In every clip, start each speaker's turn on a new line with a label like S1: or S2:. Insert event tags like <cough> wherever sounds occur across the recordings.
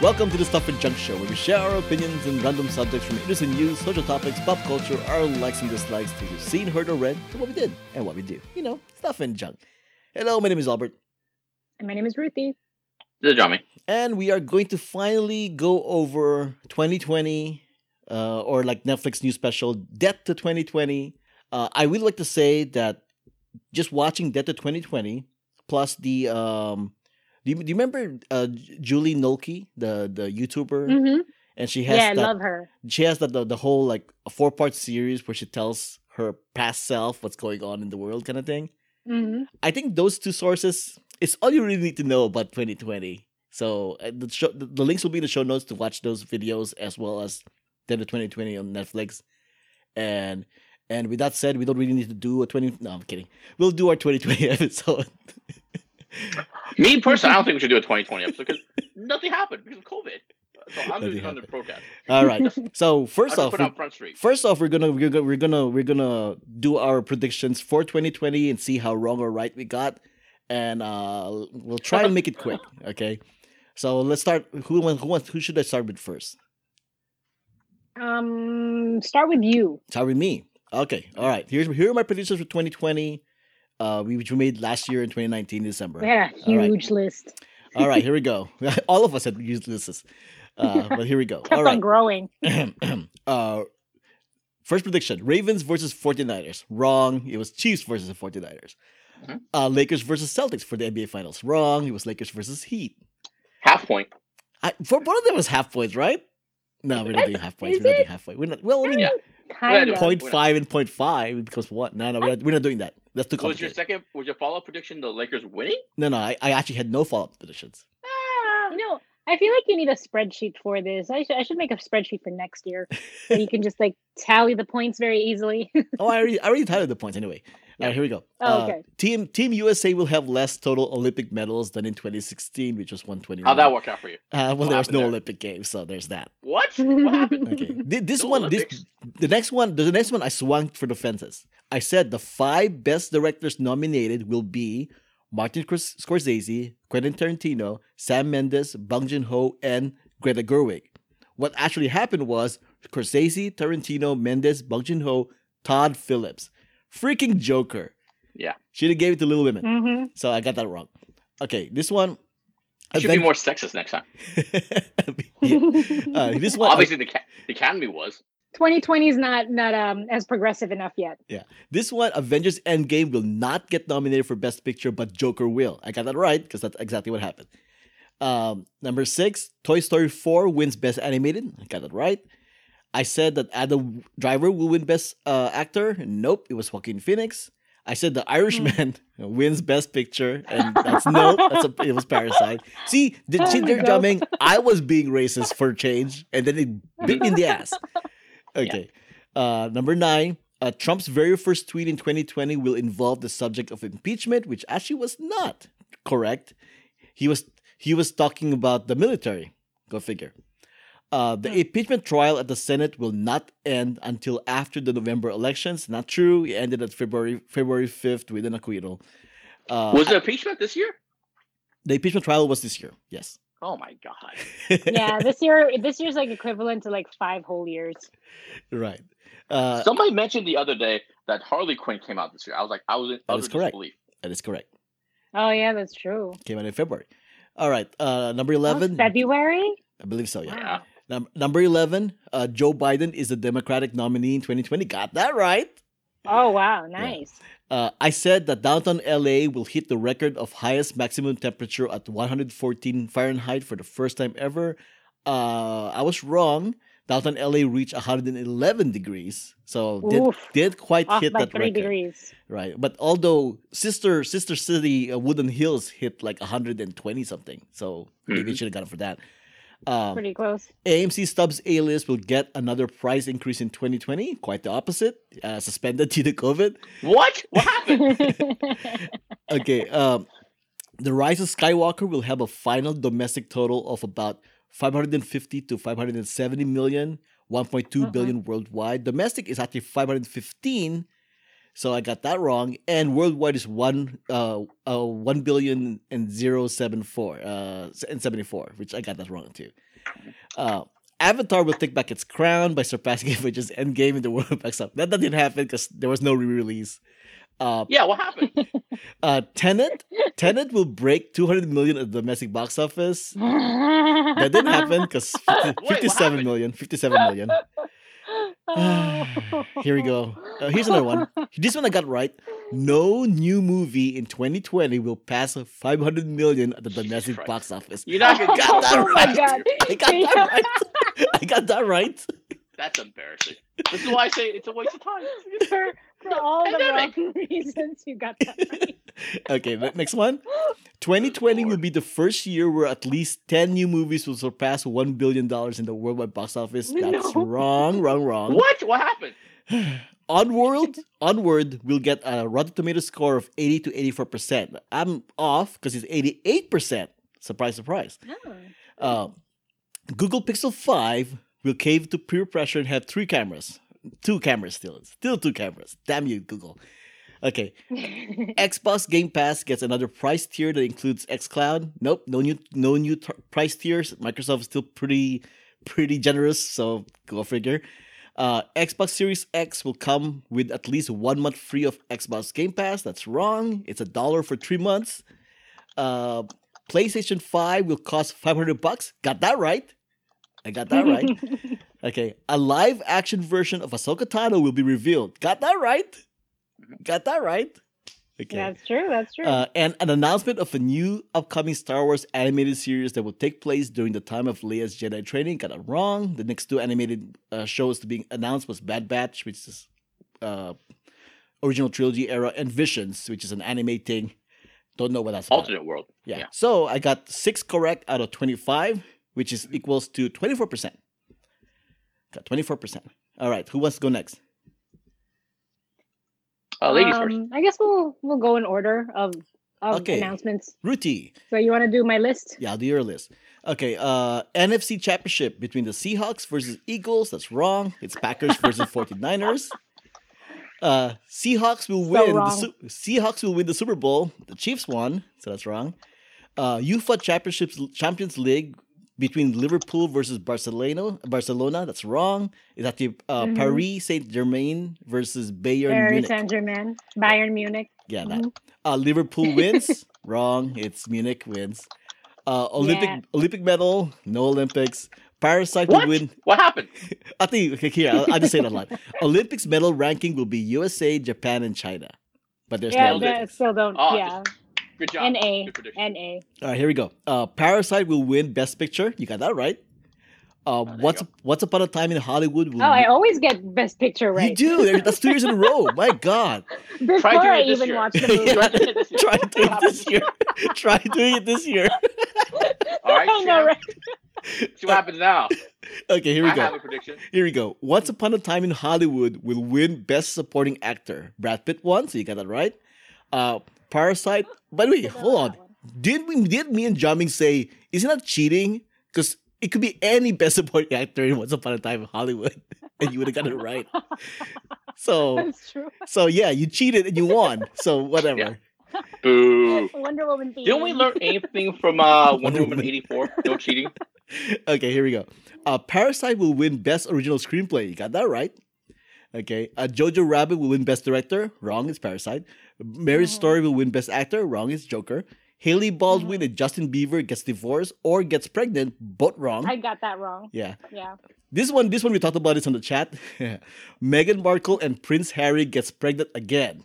S1: Welcome to the Stuff and Junk Show, where we share our opinions on random subjects from interesting news, social topics, pop culture, our likes and dislikes, things we've seen, heard, or read, to what we did and what we do. You know, stuff and junk. Hello, my name is Albert,
S2: And my name is Ruthie.
S3: This is Jami.
S1: and we are going to finally go over 2020, uh, or like Netflix new special, Debt to 2020. Uh, I would like to say that just watching Debt to 2020, plus the um, do you, do you remember uh, Julie Nolke, the the YouTuber,
S2: hmm
S1: and she has
S2: Yeah, I
S1: that
S2: love her.
S1: she has the, the, the whole like four part series where she tells her past self what's going on in the world kind of thing.
S2: hmm
S1: I think those two sources is all you really need to know about 2020. So uh, the, show, the the links will be in the show notes to watch those videos as well as then the 2020 on Netflix. And and with that said, we don't really need to do a 20. No, I'm kidding. We'll do our 2020 <laughs> episode. <laughs>
S3: Me personally, I don't think we should do a 2020 episode because nothing happened because of COVID. So I'm
S1: Nothing
S3: doing under protest.
S1: all right. So first
S3: I'm
S1: off,
S3: put
S1: we-
S3: on Front Street.
S1: First off, we're gonna we're gonna we're gonna we're gonna do our predictions for 2020 and see how wrong or right we got, and uh, we'll try and make it quick. Okay, so let's start. Who wants? Who wants? Who should I start with first?
S2: Um, start with you.
S1: Start with me. Okay, all right. Here's here are my predictions for 2020, uh, we which we made last year in 2019 December.
S2: We had a
S1: All right.
S2: huge list.
S1: All right, here we go. <laughs> All of us had used this, uh, but here we go.
S2: <laughs> Kept
S1: All
S2: on
S1: right.
S2: growing.
S1: <clears throat> uh, first prediction Ravens versus 49ers. Wrong. It was Chiefs versus the 49ers.
S3: Mhm.
S1: Uh, Lakers versus Celtics for the NBA Finals. Wrong. It was Lakers versus Heat.
S3: Half point.
S1: I, for one of them was half points, right? No, we're not doing half points.
S2: Is
S1: We're not
S2: it?
S1: doing half points. We're not. Well,
S2: Oh,
S1: I mean,
S3: Yeah.
S2: Kind of.
S3: Point-
S1: point
S3: we're not.
S1: five and point five because what? No, no, we're not, we're not doing that. That's too
S3: Was your
S1: complicated.
S3: second? Was your follow-up prediction the Lakers winning?
S1: No, no, I, I actually had no follow up predictions.
S2: Ah, no, I feel like you need a spreadsheet for this. I should I should make a spreadsheet for next
S1: <laughs>
S2: year where you can just like tally the points very easily. <laughs>
S1: Oh, I already, I already titled the points anyway. All right, here we go.
S2: Oh,
S1: Uh,
S2: okay.
S1: team Team USA will have less total Olympic medals than in 2016, which was 121.
S3: How'd Oh, that work out for you?
S1: Uh, well,
S3: What
S1: there's
S3: happened
S1: no
S3: there?
S1: Olympic Games, so there's that.
S3: What?
S1: <laughs>
S3: What happened?
S1: Okay, Th- this
S3: No
S1: one, this
S3: Olympics.
S1: the next one, the next one, I swung for the fences. I said the five best directors nominated will be Martin Cors- Scorsese, Quentin Tarantino, Sam Mendes, Bong Joon Ho, and Greta Gerwig. What actually happened was Scorsese, Tarantino, Mendes, Bong Joon Ho, Todd Phillips, freaking Joker.
S3: Yeah. Mm-hmm.
S1: should have gave it to Little Women.
S2: hmm
S1: So I got that wrong. Okay, this one.
S3: You should be more sexist next time.
S1: <laughs> <laughs> Yeah.
S2: <laughs>
S1: Uh, this one,
S3: Obviously, the, ca- the Academy was.
S2: 2020 is not not um as progressive enough
S1: <laughs>
S2: yet.
S1: this one, Avengers Endgame will not get nominated for Best Picture, but Joker will. I got that right because that's exactly what happened. Um, number six, Toy Story 4 wins Best Animated. I got that right. I said that Adam Driver will win Best uh, Actor. Nope, it was Joaquin Phoenix. I said The Irishman <laughs> wins Best Picture, and that's no, that's a, it was Parasite. See, did
S2: Oh
S1: see
S2: my
S1: there,
S2: God.
S1: Jameng? I was being racist for change, and then it bit me in the
S2: <laughs>
S1: ass. Okay, uh, number nine. Uh, Trump's very first tweet in 2020 will involve the subject of impeachment, which actually was not correct. He was he was talking about the military. Go figure. Uh, the
S2: Hmm.
S1: impeachment trial at the Senate will not end until after the November elections. Not true. It ended at February February fifth with an acquittal. Uh,
S3: Was it impeachment this year?
S1: the impeachment trial was this year? Yes.
S3: Oh my god!
S2: Yeah, this year this year's like equivalent to like five whole years.
S1: right. Uh,
S3: Somebody mentioned the other day that Harley Quinn came out this year. I was like, I was in
S1: That
S3: utter
S1: is correct.
S3: disbelief.
S1: that is correct.
S2: Oh yeah, that's true.
S1: Came out in February. All right. Uh, number
S2: Oh, That was
S1: eleven.
S2: February.
S1: I believe so. Yeah.
S3: Yeah.
S1: Num- number eleven. Uh, Joe Biden is the Democratic nominee in 2020. Got that right.
S2: Oh wow, nice.
S1: Uh, I said that downtown LA will hit the record of highest maximum temperature at 114 Fahrenheit for the first time ever. Uh, I was wrong. Downtown LA reached 111 degrees, so did
S2: Oof.
S1: did quite
S2: Off
S1: hit
S2: by
S1: that
S2: three
S1: record,
S2: degrees.
S1: right? But although sister sister city uh, Woodland Hills hit like 120 something, so maybe should have got it for that. Um,
S2: Pretty
S1: <laughs>
S2: close.
S1: AMC Stubbs A list will get another price increase in 2020. Quite the opposite, uh, suspended <laughs> due to COVID.
S3: What?
S1: <laughs>
S3: What happened?
S1: okay. Um, the Rise of Skywalker will have a final domestic total of about 550 to 570 million, 1.2
S2: Mhm.
S1: billion worldwide. Domestic is actually 515. So I got that wrong. And worldwide is one uh, uh one billion and zero seven four uh and seventy four, which I got that wrong too. Uh, Avatar will take back its crown by surpassing <laughs> Avengers Endgame in the world box office. That, that didn't happen because there was no re-release. Uh,
S3: Yeah, what happened?
S1: uh, Tenet, Tenet will break 200 million at the domestic box office. That
S2: that
S1: didn't
S2: <sighs>
S1: happen <sighs>
S3: <laughs>
S1: because
S3: what
S1: 57
S3: happened?
S1: million. 57 million. <sighs> Here we go. Uh, here's another one. This one I got right. No new movie in 2020 will pass 500 million at the
S3: Jesus
S1: domestic
S3: Christ.
S1: box office.
S3: You not even got that
S2: oh
S3: right.
S2: my god.
S1: <laughs> I got that right. <laughs> I got that right.
S3: That's embarrassing. This is why I say it's a waste of time.
S2: <laughs> For, for all
S3: Pandemic.
S2: the wrong <laughs> reasons, you got
S3: <laughs>
S2: that <laughs> right.
S1: <laughs> Okay, the next one. 2020 will be the first year where at least 10 new movies will surpass $1 billion in the worldwide box office. That's
S2: No.
S1: wrong, wrong, wrong.
S3: What? What happened?
S1: Onward, Onward will get a Rotten Tomato score of 80 to 84%. I'm off because it's 88%. Surprise, surprise. Um, Google Pixel 5 will cave to peer pressure and have three cameras. Two cameras still. Still two cameras. Damn you, Google. Okay. Xbox Game Pass gets another price tier that includes xCloud. Nope, no new no new t- price tiers. Microsoft is still pretty pretty generous, so go figure. Uh, Xbox Series X will come with at least one month free of Xbox Game Pass. That's wrong. It's a dollar for three months. Uh, PlayStation Five will cost five hundred bucks. Got that right. I got that right. Okay, a live action version of Ahsoka Tano will be revealed. Got that right. Got that right. Okay.
S2: That's true. That's true.
S1: Uh, and an announcement of a new upcoming Star Wars animated series that will take place during the time of Leia's Jedi training. Got it wrong. The next two animated uh, shows to be announced was Bad Batch, which is uh, original trilogy era, and Visions, which is an anime thing. Don't know what that's about.
S3: Alternate world.
S1: Yeah.
S3: yeah.
S1: So I got six correct out of twenty-five, which is equals to twenty-four percent. Got twenty-four percent. All right. Who wants to go next?
S3: Uh, ladies first.
S2: Um, I guess we'll we'll go in order of of
S1: Okay.
S2: announcements.
S1: Ruti.
S2: So you want to do my list?
S1: Yeah, I'll do your list. Okay, uh NFC championship between the Seahawks versus Eagles. That's wrong. It's Packers versus
S2: <laughs>
S1: 49ers. Uh Seahawks will win the
S2: wrong.
S1: Su- Seahawks will win the Super Bowl. The Chiefs won, so that's wrong. Uh UEFA Championships Champions League between Liverpool versus Barcelona. Barcelona, that's wrong. It's actually uh,
S2: Mhm.
S1: Paris Saint Germain versus Bayern
S2: Paris
S1: Munich.
S2: Saint Germain, Bayern Munich.
S1: Yeah, that.
S2: Mhm.
S1: Uh, Liverpool
S2: <laughs>
S1: wins. Wrong. It's Munich wins. Uh, Olympic
S2: Yeah.
S1: Olympic medal. No Olympics. Parasite
S3: What?
S1: will win.
S3: What happened?
S1: I think okay, here I'll, I'll just say that line. <laughs> Olympics medal ranking will be USA, Japan, and China. But there's
S2: Yeah,
S1: no
S3: nailed
S2: they
S1: Olympics.
S2: still don't.
S3: Oh,
S2: yeah,
S3: Good job.
S2: N A
S3: Good prediction.
S2: N A.
S1: All right, here we go. Uh, Parasite will win Best Picture. You got that right. Uh,
S3: Oh, there you
S1: once
S3: go.
S1: Once upon a time in Hollywood will.
S2: Oh, I always get best picture
S1: Mm-hmm. You
S2: right. <laughs>
S1: do. That's two years in a row. My God.
S2: Before
S3: Try doing
S2: I
S3: it this
S2: even
S3: year.
S2: watch
S3: <laughs>
S2: the movie.
S1: Yeah.
S3: Did
S2: <laughs>
S3: this year.
S1: Try doing it this year. <laughs> Try doing it this year.
S3: All right,
S2: <laughs> I know,
S3: Sam.
S2: right?
S3: See what happens now.
S1: Okay, here we
S3: I
S1: go.
S3: have a prediction.
S1: Here we go. Once Upon a Time in Hollywood will win Best Supporting Actor. Brad Pitt won, so you got that right. Uh, Parasite. By the way, hold on. Did we? Did me and Jamming say isn't that cheating? Because it could be any Best Supporting Actor in Once Upon a Time in Hollywood, <laughs> and you would have got it <laughs> right. So,
S2: <laughs> That's true.
S1: so yeah, you cheated and you won. So whatever.
S3: Yeah. Boo.
S2: Wonder Woman. Theme.
S3: Didn't we learn
S2: <laughs>
S3: anything from
S1: <laughs>
S3: uh,
S1: Wonder
S3: Wonder Woman
S1: Woman.
S3: '84?
S1: <laughs>
S3: No cheating.
S1: okay, here we go. Uh, Parasite will win Best Original Screenplay. You got that right. Okay. Uh, Jojo Rabbit will win Best Director. Wrong. It's Parasite. Marriage
S2: Mhm.
S1: Story will win Best Actor. Wrong. It's Joker. Haley Baldwin
S2: Mhm.
S1: and Justin Bieber gets divorced or gets pregnant. Both wrong.
S2: I got that wrong.
S1: yeah.
S2: Yeah.
S1: This one, this one we talked about this on the chat. <laughs> Meghan Markle and Prince Harry gets pregnant again.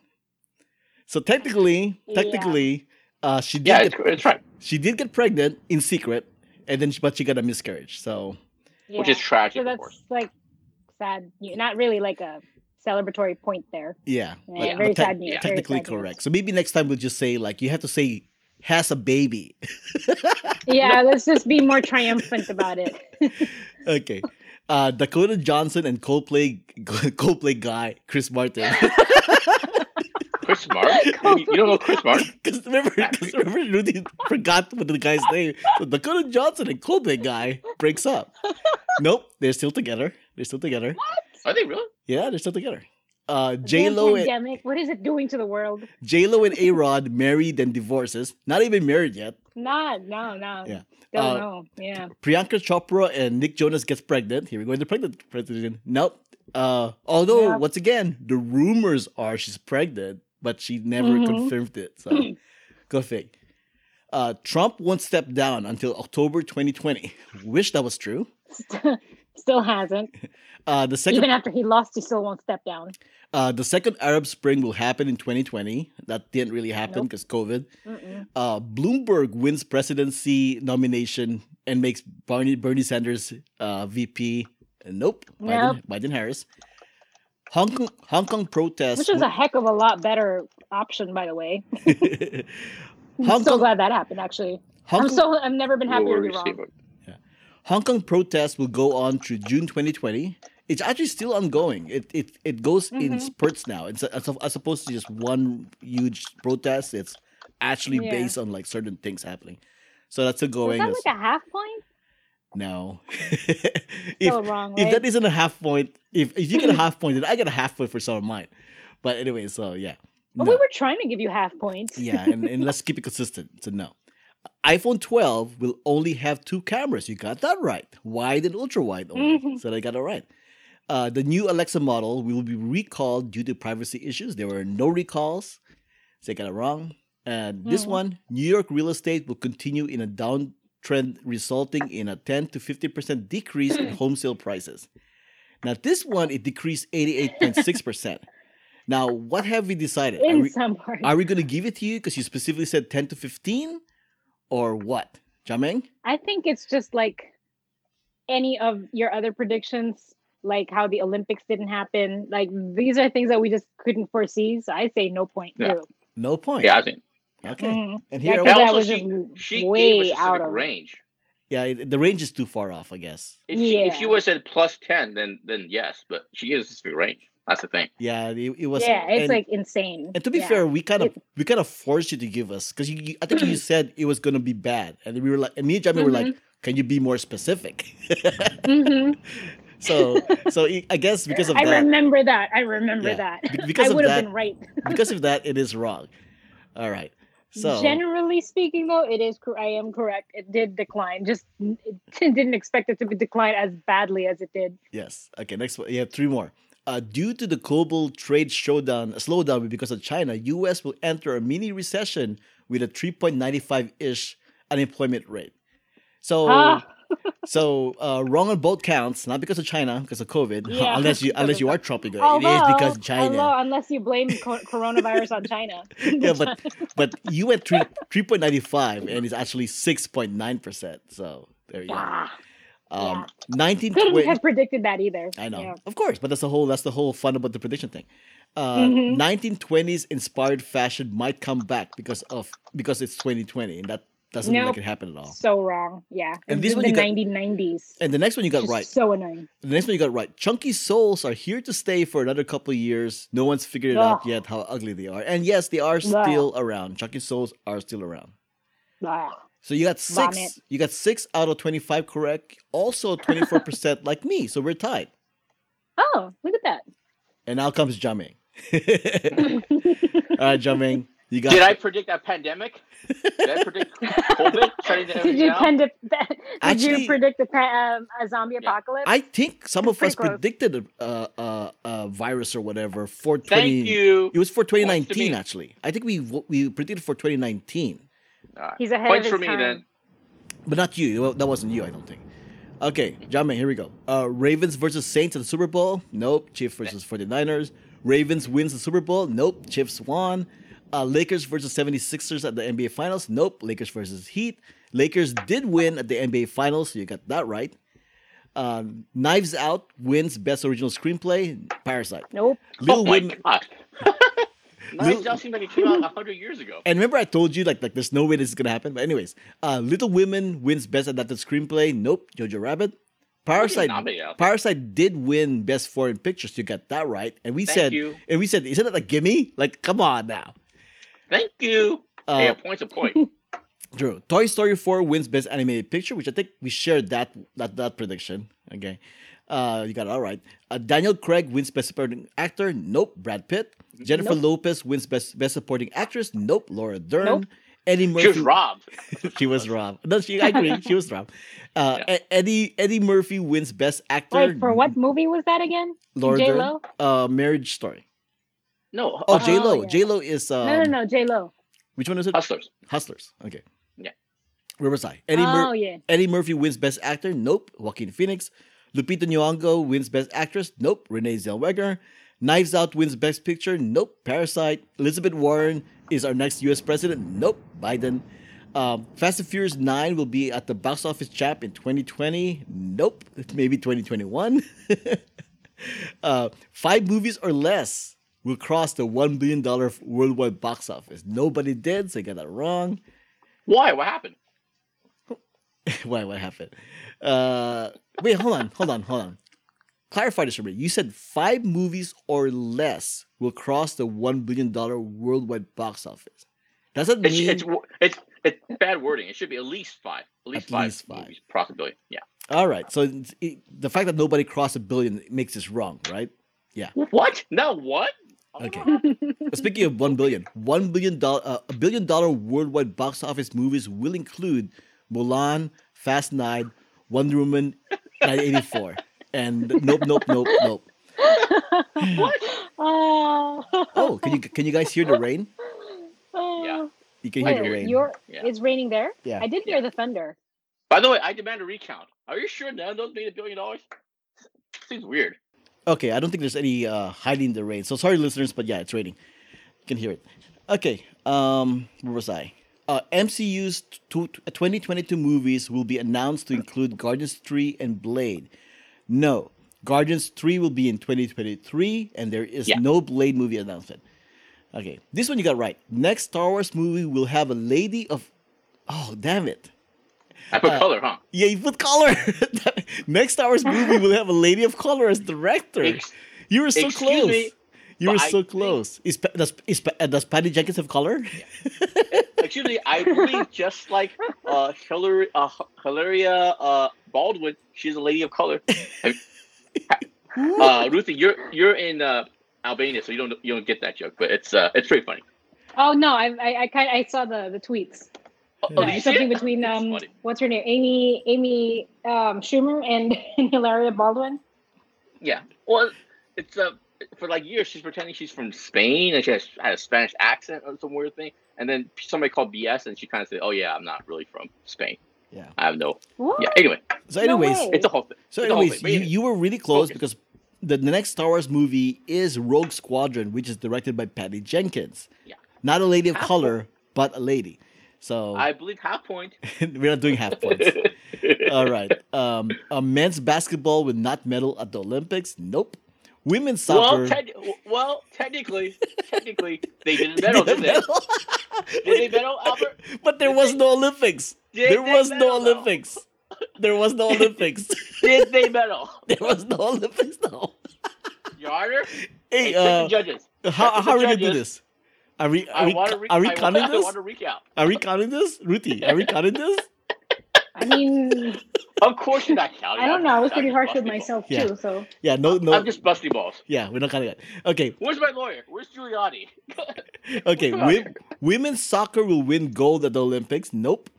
S1: So technically,
S2: Yeah.
S1: technically, uh, she did
S3: Yeah,
S1: get,
S3: it's, it's right.
S1: she did get pregnant in secret, and then she, but she got a miscarriage. So
S2: yeah.
S3: Which is tragic,
S2: so
S3: of
S2: that's
S3: course.
S2: like sad. Not really like a celebratory point there.
S1: Yeah,
S2: Yeah,
S1: but-
S2: very
S1: but te-
S2: sad news. very
S3: yeah.
S1: technically
S2: sad news.
S1: correct. So maybe next time we'll just say like you have to say has a baby. <laughs>
S2: <laughs> Yeah, let's just be more triumphant about it. <laughs>
S1: okay. Uh, Dakota Johnson and Coldplay <laughs> Coldplay guy Chris Martin. <laughs>
S3: Chris Martin.
S2: <laughs>
S3: you, you don't know Chris Martin?
S1: Because remember, cause remember, Rudy forgot what the guy's name. So Dakota Johnson and Coldplay guy breaks up. Nope, they're still together. They're still together.
S3: Are they really?
S1: Yeah, they're still together. Uh,
S2: The
S1: J Lo
S2: damn
S1: and
S2: pandemic. What is it doing to the world?
S1: J Lo and A Rod married and divorces. Not even married yet.
S2: Not, no, no.
S1: Yeah.
S2: Don't
S1: Uh,
S2: know. Yeah.
S1: Priyanka Chopra and Nick Jonas gets pregnant. Here we go into pregnant pregnant. Nope. Uh, although
S2: Yeah.
S1: once again, the rumors are she's pregnant, but she never
S2: Mhm.
S1: confirmed it.
S2: <laughs>
S1: So good thing. Uh, Trump won't step down until October 2020. Wish that was true.
S2: <laughs> still hasn't.
S1: Uh, the second
S2: Even after he lost, he still won't step down.
S1: uh, the second Arab Spring will happen in 2020. That didn't really happen
S2: Nope.
S1: because COVID.
S2: Mm-mm.
S1: Uh, Bloomberg wins presidency nomination and makes Bernie, Bernie Sanders uh, VP. Nope. Biden, Biden Harris. Hong Kong Hong Kong protests.
S2: Which is a heck of a lot better option, by the way.
S1: <laughs>
S2: I'm
S1: Hong
S2: so
S1: Kong-
S2: glad that happened, actually.
S1: Hong,
S2: I'm
S1: Kong,
S2: so, I've never been happier to be wrong.
S1: Hong Kong protests will go on through June 2020. It's actually still ongoing. It it, it goes in
S2: Mhm.
S1: spurts now. It's as, of- as opposed to just one huge protest. It's actually
S2: Yeah.
S1: based on like certain things happening. So that's still
S2: Is
S1: going.
S2: that
S1: It's-
S2: like a half point?
S1: <laughs> No.
S2: So
S1: if
S2: wrong,
S1: if
S2: right?
S1: that isn't a half point, if, if you get a half point, then I get a half point for some of mine. But anyway, so yeah.
S2: But
S1: No.
S2: we were trying to give you half points.
S1: yeah, and, and let's keep it consistent. It's a no. iPhone 12 will only have two cameras. You got that right. Wide and ultra wide only.
S2: Mhm.
S1: So they got it right. Uh, the new Alexa model will be recalled due to privacy issues. There were no recalls. So they got it wrong. And this
S2: Mhm.
S1: one, New York real estate will continue in a downtrend, resulting in a 10 to 50% decrease in home sale prices. Now, this one, it decreased 88.6%. now, what have we decided? Are
S2: In
S1: we-
S2: some parts.
S1: are we going to give it to you because you specifically said 10 to 15 or what? Jameng?
S2: I think it's just like any of your other predictions, like how the Olympics didn't happen. Like these are things that we just couldn't foresee. So I say no point.
S3: Yeah.
S2: too.
S1: No point.
S3: Yeah, I think
S1: Okay.
S2: Mhm.
S1: And
S2: Yeah,
S1: here,
S2: because
S3: And
S2: that
S3: also
S2: was
S3: she-
S2: just
S3: she gave
S2: way
S3: a
S2: out
S3: specific
S2: of
S3: range.
S1: yeah, it- the range is too far off, I guess.
S3: If she, if
S2: Yeah.
S3: she would have said plus ten, then then yes, but she gives a specific range. That's the thing.
S1: Yeah, it, it was.
S2: yeah, it's
S1: and,
S2: like insane.
S1: And to be
S2: Yeah.
S1: fair, we kind of
S2: It-
S1: we kind of forced you to give us because you, you- I think
S2: <clears throat>
S1: you said it was going to be bad, and we were like, and me and Jameng were like,
S2: Mm-hmm.
S1: can you be more specific? <laughs>
S2: Mhm.
S1: so, so it- I guess because of
S2: I
S1: that,
S2: remember that. I remember
S1: Yeah.
S2: that.
S1: be- because
S2: I
S1: of
S2: would have
S1: that,
S2: been right.
S1: because of that, it is wrong. All right. So
S2: Generally speaking, though, it is. cor- I am correct. It did decline. Just n- it <laughs> didn't expect it to be decline as badly as it did.
S1: Yes. Okay. Next one. Yeah, three more. Uh, due to the global trade showdown slowdown because of China, U.S. will enter a mini recession with a 3.95 ish unemployment rate. So,
S2: Ah. <laughs>
S1: so uh, wrong on both counts. Not because of China, because of COVID.
S2: Yeah. Oh,
S1: unless
S2: <laughs>
S1: you unless you are trumping it,
S2: Although,
S1: it is because China.
S2: although, unless you blame
S1: <laughs>
S2: co- coronavirus on China.
S1: yeah, but but you went three three point ninety five, and it's actually six point nine percent. So there you go.
S2: Ah,
S1: Um,
S2: yeah.
S1: nineteen
S2: <laughs> couldn't
S1: twenty.
S2: have predicted that either.
S1: I know,
S2: Yeah.
S1: of course, but that's the whole that's the whole fun about the prediction thing. Uh,
S2: Mhm.
S1: 1920s inspired fashion might come back because of because it's 2020, and that doesn't look
S2: Nope.
S1: like it happened at all.
S2: So wrong. Yeah.
S1: And
S2: this
S1: this
S2: is
S1: one
S2: the
S1: you got-
S2: 1990s.
S1: And the next one you got
S2: Just
S1: right.
S2: So annoying.
S1: The next one you got right. Chunky souls are here to stay for another couple of years. No one's figured it out
S2: Ugh.
S1: yet how ugly they are, and yes, they are still around. Chunky souls are still around.
S2: Ah.
S1: So you got six.
S2: Vomit.
S1: You got six out of 25 correct. Also 24 percent like me, so we're tied.
S2: Oh, look at
S1: And now comes Jamming.
S2: that.
S1: All right, Jamming, you got.
S3: Did I predict a
S1: <laughs>
S3: pandemic? Did I predict COVID
S2: <laughs>
S3: shutting down
S2: Did
S3: everything
S2: you,
S3: down?
S2: tend to, did
S1: Actually-
S2: you predict a, pa- um, a zombie
S3: Yeah.
S2: apocalypse?
S1: I think some of
S2: Pretty
S1: us
S2: close.
S1: predicted a uh, uh, uh, virus or whatever for twenty.
S3: Thank you.
S1: It was for twenty
S3: Points to
S1: nineteen
S3: me.
S1: actually. I think we vo- we predicted for twenty nineteen,
S3: Alright.
S2: He's ahead
S3: Points
S2: of
S3: for
S2: his
S3: me
S2: time.
S3: then.
S1: but not you. Well, that wasn't you, I don't think. Okay, Jamin, here we go. Uh, Ravens versus Saints in the Super Bowl. Nope. Chiefs versus 49ers. Ravens wins the Super Bowl. Nope. Chiefs won. Uh, Lakers versus 76ers at the NBA Finals. Nope. Lakers versus Heat. Lakers did win at the NBA Finals, so you got that right. Um, Knives Out wins Best Original Screenplay. Parasite.
S2: Nope.
S1: Lil
S3: oh
S1: Wayne.
S3: my
S2: <laughs>
S3: god. Knives Out seemed like it came out hundred years ago.
S1: And remember, I told you like like there's no way this is gonna happen. But anyways, uh, Little Women wins Best Adapted Screenplay. Nope, Jojo Rabbit. Parasite.
S3: nominated, I don't think.
S1: Parasite did win Best Foreign Pictures. You got that right. And we
S3: Thank
S1: said,
S3: you.
S1: and we said, isn't that a gimme? Like, come on now.
S3: Thank you.
S1: Uh,
S3: hey, a point's a point.
S1: Drew, Toy Story 4 wins Best Animated Picture, which I think we shared that that that prediction. Okay. Uh, you got it all right. Uh, Daniel Craig wins Best Supporting Actor. Nope. Brad Pitt. Jennifer
S2: Nope.
S1: Lopez wins Best Best Supporting Actress. Nope. Laura Dern.
S2: Nope.
S1: Eddie <laughs> Murphy.
S3: She was robbed.
S1: She was Rob. No, she. I
S3: <laughs>
S1: agree. She was Rob. Uh,
S3: Yeah.
S1: E- Eddie Eddie Murphy wins Best Actor.
S2: Wait, for what movie was that again?
S1: Laura
S2: J
S1: Dern.
S2: Lo?
S1: Uh, Marriage Story.
S3: No,
S1: Oh,
S3: oh,
S2: Oh,
S1: J Lo.
S2: yeah.
S1: J Lo is. Um,
S2: no, no, no, J Lo.
S1: Which one is it?
S3: hustlers.
S1: Hustlers. Okay.
S3: Yeah.
S1: Where was I? Eddie, Mur-
S2: Oh yeah.
S1: Eddie Murphy wins Best Actor. Nope. Joaquin Phoenix. Lupita Nyong'o wins Best Actress. Nope. Renee Zellweger. Knives Out wins Best Picture. Nope. Parasite. Elizabeth Warren is our next U.S. president. Nope. Biden. Um, Fast and Furious 9 will be at the box office chap in 2020. Nope. <laughs> Maybe 2021. <laughs> uh, five movies or less will cross the $1 billion worldwide box office. Nobody did, so you got that wrong.
S3: Why? What happened?
S1: <laughs> Why? What happened? Uh, wait, hold on, hold on, hold on. Clarify this for me. You said five movies or less will cross the one billion dollar worldwide box office. Does that
S3: It's,
S1: mean
S3: it's it's it's bad wording. It should be at least five. At least five.
S1: least five.
S3: Movies, possibility. Yeah.
S1: all right? So it's- it, the fact that nobody crossed a billion makes this wrong, right?
S3: What? No. What? Oh,
S1: Okay.
S3: what?
S1: But Speaking of one billion, one billion dollar, uh, a billion dollar worldwide box office movies will include Mulan, Fast Nine, Wonder Woman, 1984, and nope, nope, nope, nope.
S2: <laughs> Oh. <laughs>
S1: Oh, can you can you guys hear the rain?
S3: Yeah.
S1: You can
S2: Oh. Wait,
S1: hear the rain.
S2: you're-
S3: Yeah.
S2: It's raining there.
S1: Yeah.
S2: I did hear the thunder.
S3: <laughs> By the way, I demand a recount. Are you sure none of those made a billion dollars? Seems weird.
S1: Okay, I don't think there's any uh, hiding the rain. So sorry, listeners, but yeah, it's raining. You can hear it. Okay, um, where was I? Uh, MCU's t- two- 2022 movies will be announced to include Guardians 3 and Blade. No, Guardians 3 will be in 2023, and there is
S3: Yeah.
S1: no Blade movie announcement. Okay, this one you got right. Next Star Wars movie will have a lady of. Oh, damn it.
S3: I put
S1: Uh,
S3: color, huh?
S1: Yeah, you put color. <laughs> Next Star Wars movie will have a lady of color as director.
S3: Ex-
S1: You were so
S3: Excuse
S1: close.
S3: me,
S1: you were
S3: but I
S1: so
S3: think-
S1: close. Is, Pa- does, is, Pa- uh, does Patty Jenkins have color?
S3: Excuse me. I
S2: <laughs>
S3: believe just like uh, Hillary, uh, H- Hilaria uh, Baldwin, she's a lady of color.
S2: <laughs>
S3: Uh, Ruthie, you're you're in uh, Albania, so you don't you don't get that joke, but it's uh, it's pretty funny.
S2: Oh no, I I I, kind I saw the the tweets.
S3: Oh,
S1: Yeah,
S3: did you
S2: Yeah,
S3: see
S2: something
S3: it?
S2: between
S3: It's
S2: um
S3: funny.
S2: what's her name? Amy Amy um Schumer and, <laughs> and Hilaria Baldwin.
S3: Yeah. Well, it's uh, for like years she's pretending she's from Spain and she has had a Spanish accent or some weird thing, and then somebody called BS and she kind of said, "Oh yeah, I'm not really from Spain.
S1: Yeah.
S3: I have no."
S2: What?
S3: Yeah. Anyway,
S1: So,
S2: No
S1: anyways,
S2: way.
S3: it's a whole thing.
S1: so
S3: It's all
S1: anyways,
S3: fake, but
S1: you,
S3: yeah.
S1: you were really close
S3: Focus.
S1: because the, the next Star Wars movie is Rogue Squadron, which is directed by Patty Jenkins.
S3: Yeah.
S1: Not a lady of
S3: Half
S1: color, but a lady. So
S3: I believe half point.
S1: <laughs> we're not doing
S3: <laughs>
S1: half points. All right. Um, uh, men's basketball will not medal at the Olympics. Nope. Women's soccer.
S3: well, te- well,
S1: <laughs>
S3: technically, technically they didn't medal, did they? Did they medal, Albert?
S1: but there was no Olympics.
S3: Did
S1: there
S3: they
S1: was no
S3: medal, though?
S1: Olympics. There was
S3: <laughs>
S1: no Olympics. <laughs>
S3: Did they medal,
S1: there was no Olympics. No.
S3: Your Honor?
S1: <laughs> Hey,
S3: check the
S1: uh,
S3: judges.
S1: how,
S3: check
S1: how are we
S3: the
S1: gonna do
S3: judges.
S1: this? Are we are
S3: I
S1: we,
S3: want <laughs> to.
S1: ca-
S3: Re-
S1: are we
S3: I
S1: counting
S3: want- I
S1: this?
S3: want to recount.
S1: Are
S3: <laughs>
S1: we counting this, Ruthie? Are we counting this?
S2: I
S3: <laughs>
S2: mean
S3: Of course, you're not counting.
S2: I don't know. I was
S3: I'm
S2: pretty
S3: just
S2: harsh with
S3: busting
S2: myself
S3: balls.
S1: Yeah.
S2: too. So
S1: Yeah, no, no.
S3: I'm just busting balls.
S1: Yeah, we're not counting it. Okay,
S3: Where's my lawyer? Where's Giuliani?
S1: okay.
S3: Come on.
S1: Wom- women's soccer will win gold at the Olympics. Nope.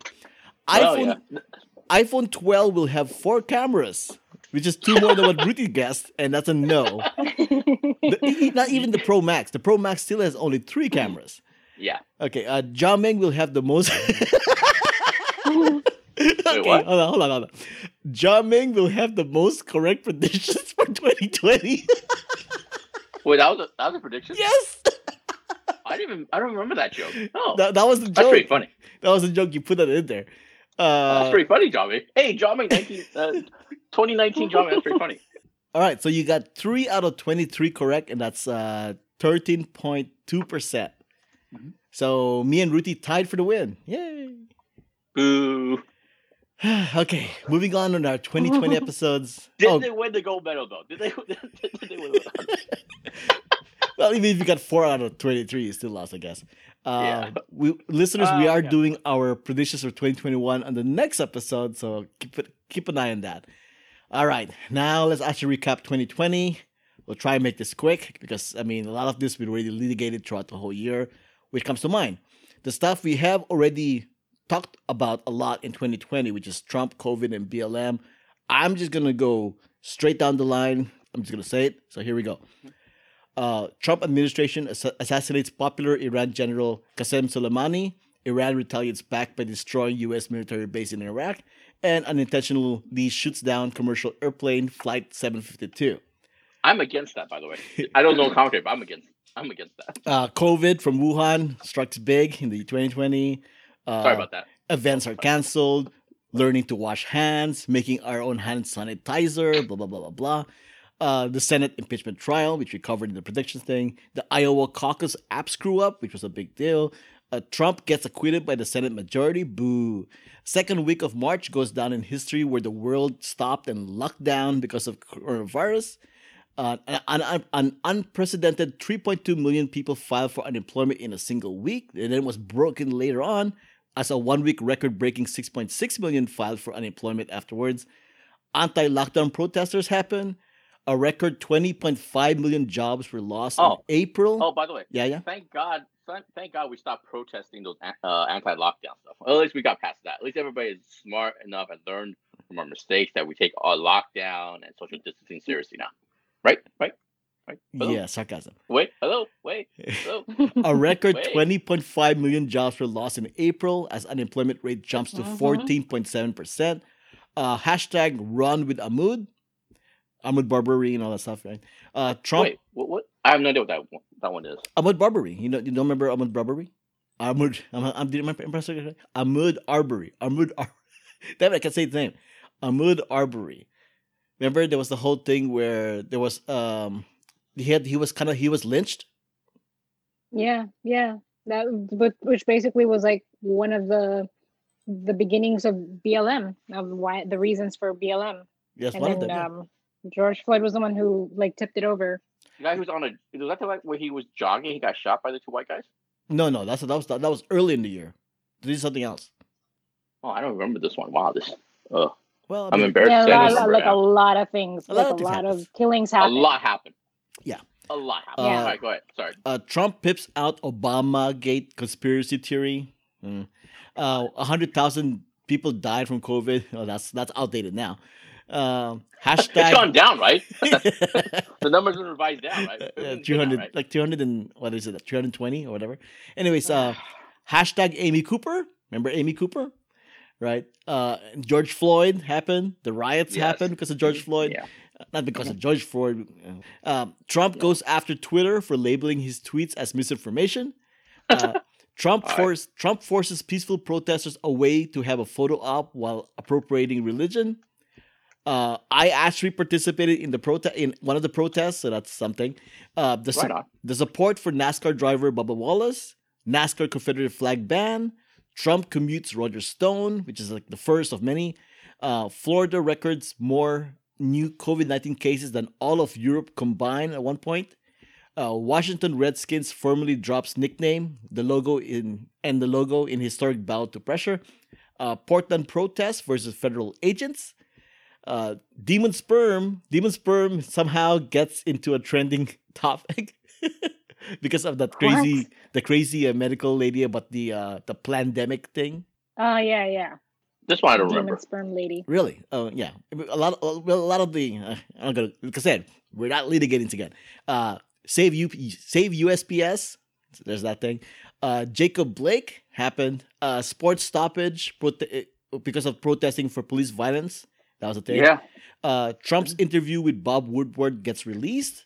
S3: Oh,
S1: iPhone iPhone 12 will have four cameras, which is two more than
S3: <laughs>
S1: what Ruthie guessed, and that's a no.
S2: <laughs>
S1: The- e- e- not even the Pro Max. The Pro Max still has only three cameras.
S3: Yeah.
S1: Okay, uh, John Meng will have the
S3: <laughs>
S1: most. okay,
S3: what?
S1: hold on, hold on, hold on. John Meng will have the most correct predictions <laughs> for
S3: <laughs>
S1: 2020.
S3: Wait, that was a, that was a prediction.
S1: yes,
S3: I didn't even. I don't remember that joke. Oh,
S1: <laughs> that, that was the
S3: that's
S1: joke.
S3: pretty funny.
S1: That was the joke. You put that in there.
S3: that's
S1: Uh,
S3: pretty funny, Johnny. Hey, Johnny, 19, uh, 2019 Johnny.
S1: <laughs>
S3: That's pretty funny.
S1: all right, so you got three out of 23 correct, and that's uh, 13.2%. percent
S3: Mhm.
S1: So me and Ruthie tied for the win. Yay. <sighs>
S3: Boo!
S1: okay, moving on on our
S3: <laughs>
S1: 2020 episodes.
S3: Did
S1: oh,
S3: they win the gold medal though? Did they? <laughs> Did they win? The
S1: Well, even if you got four out of 23, you still lost, I guess. Uh,
S3: Yeah.
S1: we, listeners, we
S3: Oh,
S1: are
S3: okay.
S1: doing our predictions for 2021 on the next episode, so keep, it, keep an eye on that. All right, now let's actually recap 2020. We'll try and make this quick because I mean a lot of this we already litigated throughout the whole year, which comes to mind. The stuff we have already talked about a lot in 2020, which is Trump, COVID, and BLM. I'm just gonna go straight down the line. I'm just gonna say it. So here we go. Uh, Trump administration ass- assassinates popular Iran general Qasem Soleimani. Iran retaliates back by destroying U.S. military base in Iraq, and unintentionally shoots down commercial airplane flight 752.
S3: I'm against that, by the way. I don't know commentary, but I'm against. I'm against that.
S1: Uh, COVID from Wuhan strikes big in the 2020. Uh,
S3: Sorry about that.
S1: events are canceled, learning to wash hands, making our own hand sanitizer, blah, blah, blah, blah, blah. Uh, the Senate impeachment trial, which we covered in the predictions thing, the Iowa caucus app screw up, which was a big deal. Uh, Trump gets acquitted by the Senate majority, boo. Second week of March goes down in history where the world stopped and locked down because of coronavirus. Uh, an, an, an unprecedented 3.2 million people filed for unemployment in a single week, and then was broken later on as a one week record breaking 6.6 million filed for unemployment afterwards. Anti lockdown protesters happen. A record 20.5 million jobs were lost in
S3: Oh.
S1: April.
S3: Oh, by the way,
S1: Yeah, yeah.
S3: thank God. thank- Thank God we stopped protesting those an- uh, anti-lockdown stuff. At least we got past that. At least everybody is smart enough and learned from our mistakes that we take our lockdown and social distancing seriously now. Right? Right? Right? Hello?
S1: Yeah, sarcasm.
S3: Wait. Hello. Wait. Hello. <laughs>
S1: A record
S3: Wait.
S1: 20.5 million jobs were lost in April as unemployment rate jumps to
S2: Mhm.
S1: 14.7%. Uh, hashtag run with Ahmud. Ahmud Barbary and all that stuff, right? Uh, <laughs> Trump.
S3: Wait. What, what? I have no idea what that one, that one is.
S1: Ahmud Barbary. You know, you don't remember Ahmud Barbary? Ahmud. I'm, I'm, did my impressor get it? Ahmud Arbery. Ahmud. Ar- <laughs> Damn it, I can say his name. Ahmud Arbery. Remember, there was the whole thing where there was um, he had he was kind of he was lynched.
S2: Yeah, yeah. That but which basically was like one of the the beginnings of BLM of why the reasons for BLM.
S1: Yes, one of
S2: and
S1: them.
S2: then
S1: yeah.
S2: um, George Floyd was the one who like tipped it over.
S3: The guy who's on a was that the guy where he was jogging? He got shot by the two white guys.
S1: No, no, that's that was that was early in the year. This is something else.
S3: Oh, I don't remember this one. Wow. This. Uh,
S1: Well, I
S3: I'm
S1: mean,
S3: embarrassed.
S2: Yeah,
S3: I don't
S2: a lot,
S3: remember
S2: like
S3: now.
S2: a lot of things,
S1: A lot
S2: like
S1: of
S2: a
S1: things
S2: lot
S1: happens.
S2: of killings
S3: a
S2: happened.
S3: lot happened.
S1: Yeah.
S3: A lot happened.
S1: Yeah.
S3: All right, go ahead. Sorry.
S1: uh, Trump pips out Obama Gate conspiracy theory. Mm. Uh, hundred thousand people died from COVID. Oh, that's that's outdated now. Um hashtag
S3: It's gone down, right? The number's been revised down, right? It's
S1: Uh,
S3: been
S1: 200
S3: down, right?
S1: like 200 and what is it 320 or whatever anyways uh
S3: Ah.
S1: hashtag amy cooper remember amy cooper right uh george floyd happened the riots
S3: Yes. Mm-hmm.
S1: happened because of george floyd Uh,
S3: Yeah. Mm-hmm.
S1: not because of george floyd um, trump
S3: Yeah.
S1: goes after twitter for labeling his tweets as misinformation
S3: <laughs>
S1: uh, Trump
S3: All right.
S1: force Trump forces peaceful protesters away to have a photo op while appropriating religion. Uh, I actually participated in the protest in one of the protests, so that's something. Uh, the,
S3: Right
S1: su-
S3: on.
S1: the support for NASCAR driver Bubba Wallace, NASCAR Confederate flag ban, Trump commutes Roger Stone, which is like the first of many. Uh, Florida records more new COVID 19 cases than all of Europe combined at one point. Uh, Washington Redskins formally drops nickname, the logo in and the logo in historic bow to pressure. Uh, Portland protests versus federal agents. Uh, demon sperm, demon sperm somehow gets into a trending <laughs> topic because of that crazy,
S2: What?
S1: the crazy uh, medical lady about the uh, the pandemic thing.
S2: Oh yeah, yeah.
S3: This one I don't
S2: Demon
S3: remember.
S2: sperm lady.
S1: Really? Oh yeah. A lot. Of, well, a lot of the. Uh, I'm gonna. Like I said, we're not litigating again. Uh, save you. Save USPS. There's that thing. Uh, Jacob Blake happened. Uh, sports stoppage prote- uh, because of protesting for police violence. That was a thing.
S3: Yeah.
S1: Uh, Trump's interview with Bob Woodward gets released.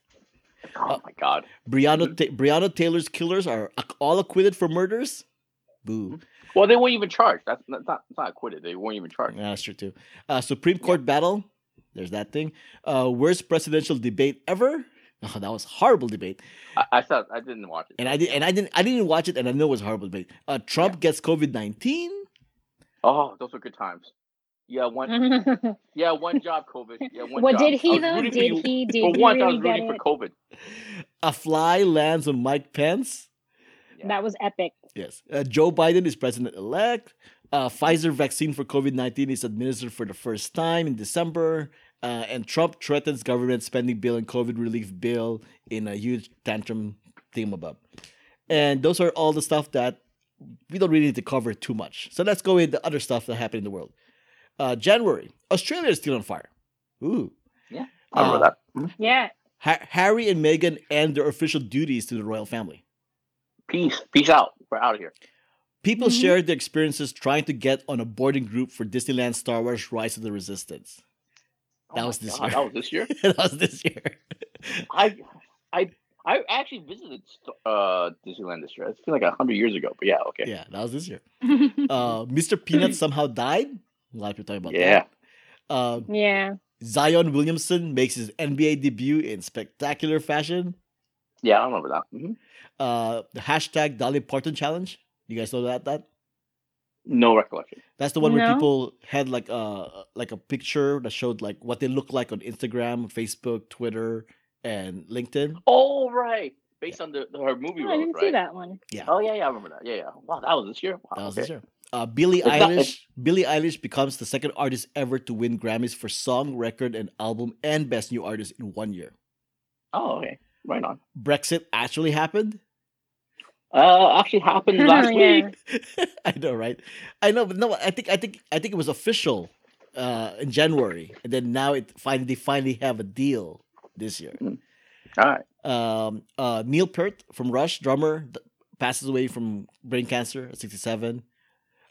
S3: Oh my god.
S1: Breonna Ta- Breonna Taylor's killers are ac- all acquitted for murders. Boo.
S3: Well, they weren't even charged. That's that's not, that's not acquitted. They weren't even charged.
S1: Yeah, that's true too. Uh, Supreme Court battle. There's that thing. Uh, worst presidential debate ever. <laughs> Oh, that was horrible debate,
S3: I, I thought I didn't watch it.
S1: and I did, and I didn't, I didn't watch it, and I know it was horrible debate. Uh, Trump gets COVID nineteen.
S3: oh, those were good times. Yeah, <laughs> one.
S2: <laughs>
S3: Oh,
S2: what
S3: Yeah, one job.
S2: <laughs>
S3: COVID. Yeah, one. job.
S2: Mm. did
S3: I
S2: he
S3: was
S2: though?
S3: rooting for
S2: Did
S3: you-
S2: he? Did
S3: For
S2: he
S3: once, I
S2: really
S3: was
S2: get
S3: rooting for
S2: it?
S3: COVID.
S1: A fly lands on Mike Pence.
S3: Yeah.
S2: That was epic.
S1: Yes. Uh, Joe Biden is president elect. Uh, Pfizer vaccine for COVID nineteen is administered for the first time in December. Uh, and Trump threatens government spending bill and COVID relief bill in a huge tantrum thingamabob. And those are all the stuff that we don't really need to cover too much. So let's go with the other stuff that happened in the world. Uh, January, Australia is still on fire. Ooh.
S3: I
S1: Oh.
S3: remember that.
S1: <laughs>
S2: Yeah.
S1: Ha- Harry and Meghan end their official duties to the royal family.
S3: Peace. Peace out. We're out of here.
S1: People
S2: Mhm.
S1: shared their experiences trying to get on a boarding group for Disneyland Star Wars Rise of the Resistance. <laughs> That
S3: Oh, my
S1: was this
S3: God,
S1: year.
S3: That was
S1: <laughs>
S3: this year.
S1: that was this year.
S3: I, I, I actually visited uh, Disneyland this year. I feel like a hundred years ago, but yeah, okay.
S1: Yeah, that was this year.
S2: yeah.
S1: Uh, Mr. Peanut somehow died. A lot of people talking about
S3: Yeah.
S1: that. Uh, Zion Williamson makes his NBA debut in spectacular fashion.
S3: Yeah, I remember that. hmm
S1: Uh, the hashtag Dolly Parton challenge. You guys know that that
S3: No recollection.
S1: that's the one where
S2: No.
S1: people had like a like a picture that showed like what they look like on Instagram, Facebook, Twitter, and LinkedIn.
S3: Oh right, based on the, the her movie.
S2: Oh, I
S3: roles,
S2: didn't
S3: right?
S2: see that one.
S3: Oh yeah, yeah, I remember that. Yeah, yeah. Wow, that was this year. Wow,
S1: That was
S3: okay.
S1: this year. Uh, Billie
S3: It's not-
S1: Eilish. Billie Eilish becomes the second artist ever to win Grammys for song, record, and album, and Best New Artist in one year.
S3: Oh okay, right on.
S1: Brexit actually happened. <laughs>
S3: Uh, actually
S2: <laughs>
S3: happened last
S2: Yeah.
S3: week.
S1: I know, right? I know, but no, I think, I think, I think it was official uh, in January, and then now it finally, they finally have a deal this year.
S3: All right.
S1: Um, uh, Neil Peart from Rush, drummer, th- passes away from brain cancer at 67.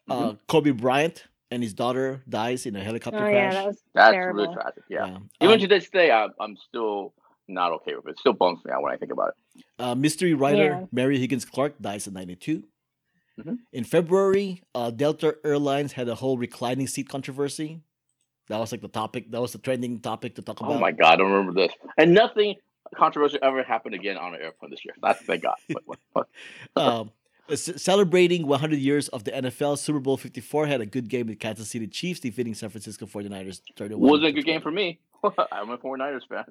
S1: Uh,
S3: Mm-hmm.
S1: Kobe Bryant and his daughter dies in a helicopter
S2: Oh
S1: crash.
S2: yeah, that was
S3: That's
S2: terrible.
S3: really tragic. Yeah.
S1: Um,
S3: Even to this day, I, I'm still not okay with it. It still bums me out when I think about it.
S1: Uh, mystery writer
S2: Yeah.
S1: Mary Higgins Clark dies at 92.
S3: Mhm.
S1: In February, uh, Delta Airlines had a whole reclining seat controversy. That was like the topic. That was the trending topic to talk about.
S3: Oh my god, I don't remember this. And nothing controversial ever happened again on an airplane this year. That's thank God. But, but, but-
S1: Um, c- celebrating 100 years of the NFL, Super Bowl 54 had a good game with Kansas City Chiefs defeating San Francisco 49ers 31.
S3: wasn't a good game for me. <laughs> I'm a 49ers fan.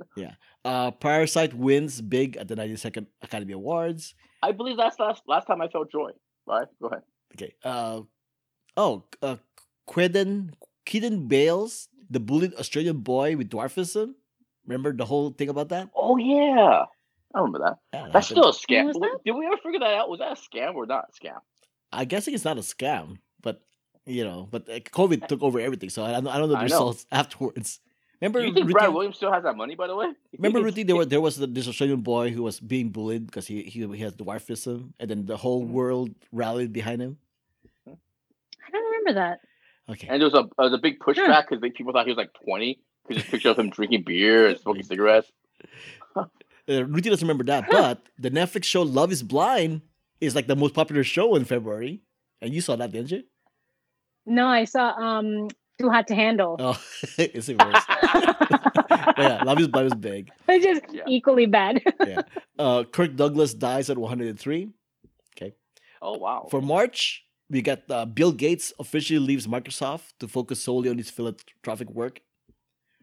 S1: Uh, Parasite wins big at the 92nd Academy Awards.
S3: I believe that's last last time I felt joy. All right, go ahead.
S1: Okay. Uh, oh, uh, Queden Keaton Bales, the bullied Australian boy with dwarfism. Remember the whole thing about that?
S3: Oh yeah. I remember that.
S1: Yeah,
S3: That's
S1: happened.
S3: still a scam.
S2: was that?
S3: Did we ever figure that out? Was that a scam or not a scam?
S1: I guess it's not a scam, but you know, but uh, COVID took over everything, so I, I don't know the
S3: I know.
S1: results <laughs> afterwards. Remember,
S3: Do you think
S1: routine-
S3: Brad Williams still has that money, by the way? <laughs>
S1: remember, routine, there was there was this Australian boy who was being bullied because he, he he has dwarfism, and then the whole
S3: Mhm.
S1: world rallied behind him.
S2: I don't remember that.
S1: Okay,
S3: And there was a, uh, the big pushback because people thought he was like 20 because this picture of him drinking beer and smoking cigarettes.
S1: uh, Rudy doesn't remember that, but the Netflix show Love is Blind is like the most popular show in February. And you saw that, didn't you? <laughs>
S2: No, I saw um Too Hot to Handle.
S1: Oh, it's even
S3: <laughs>
S1: worse. But
S2: <laughs>
S1: yeah, Love is Blind was big.
S2: it's just
S3: Oh. Yeah.
S2: equally bad. <laughs>
S1: Uh, Kirk Douglas dies at 103.
S3: oh wow.
S1: For March, we got uh, Bill Gates officially leaves Microsoft to focus solely on his philanthropic work,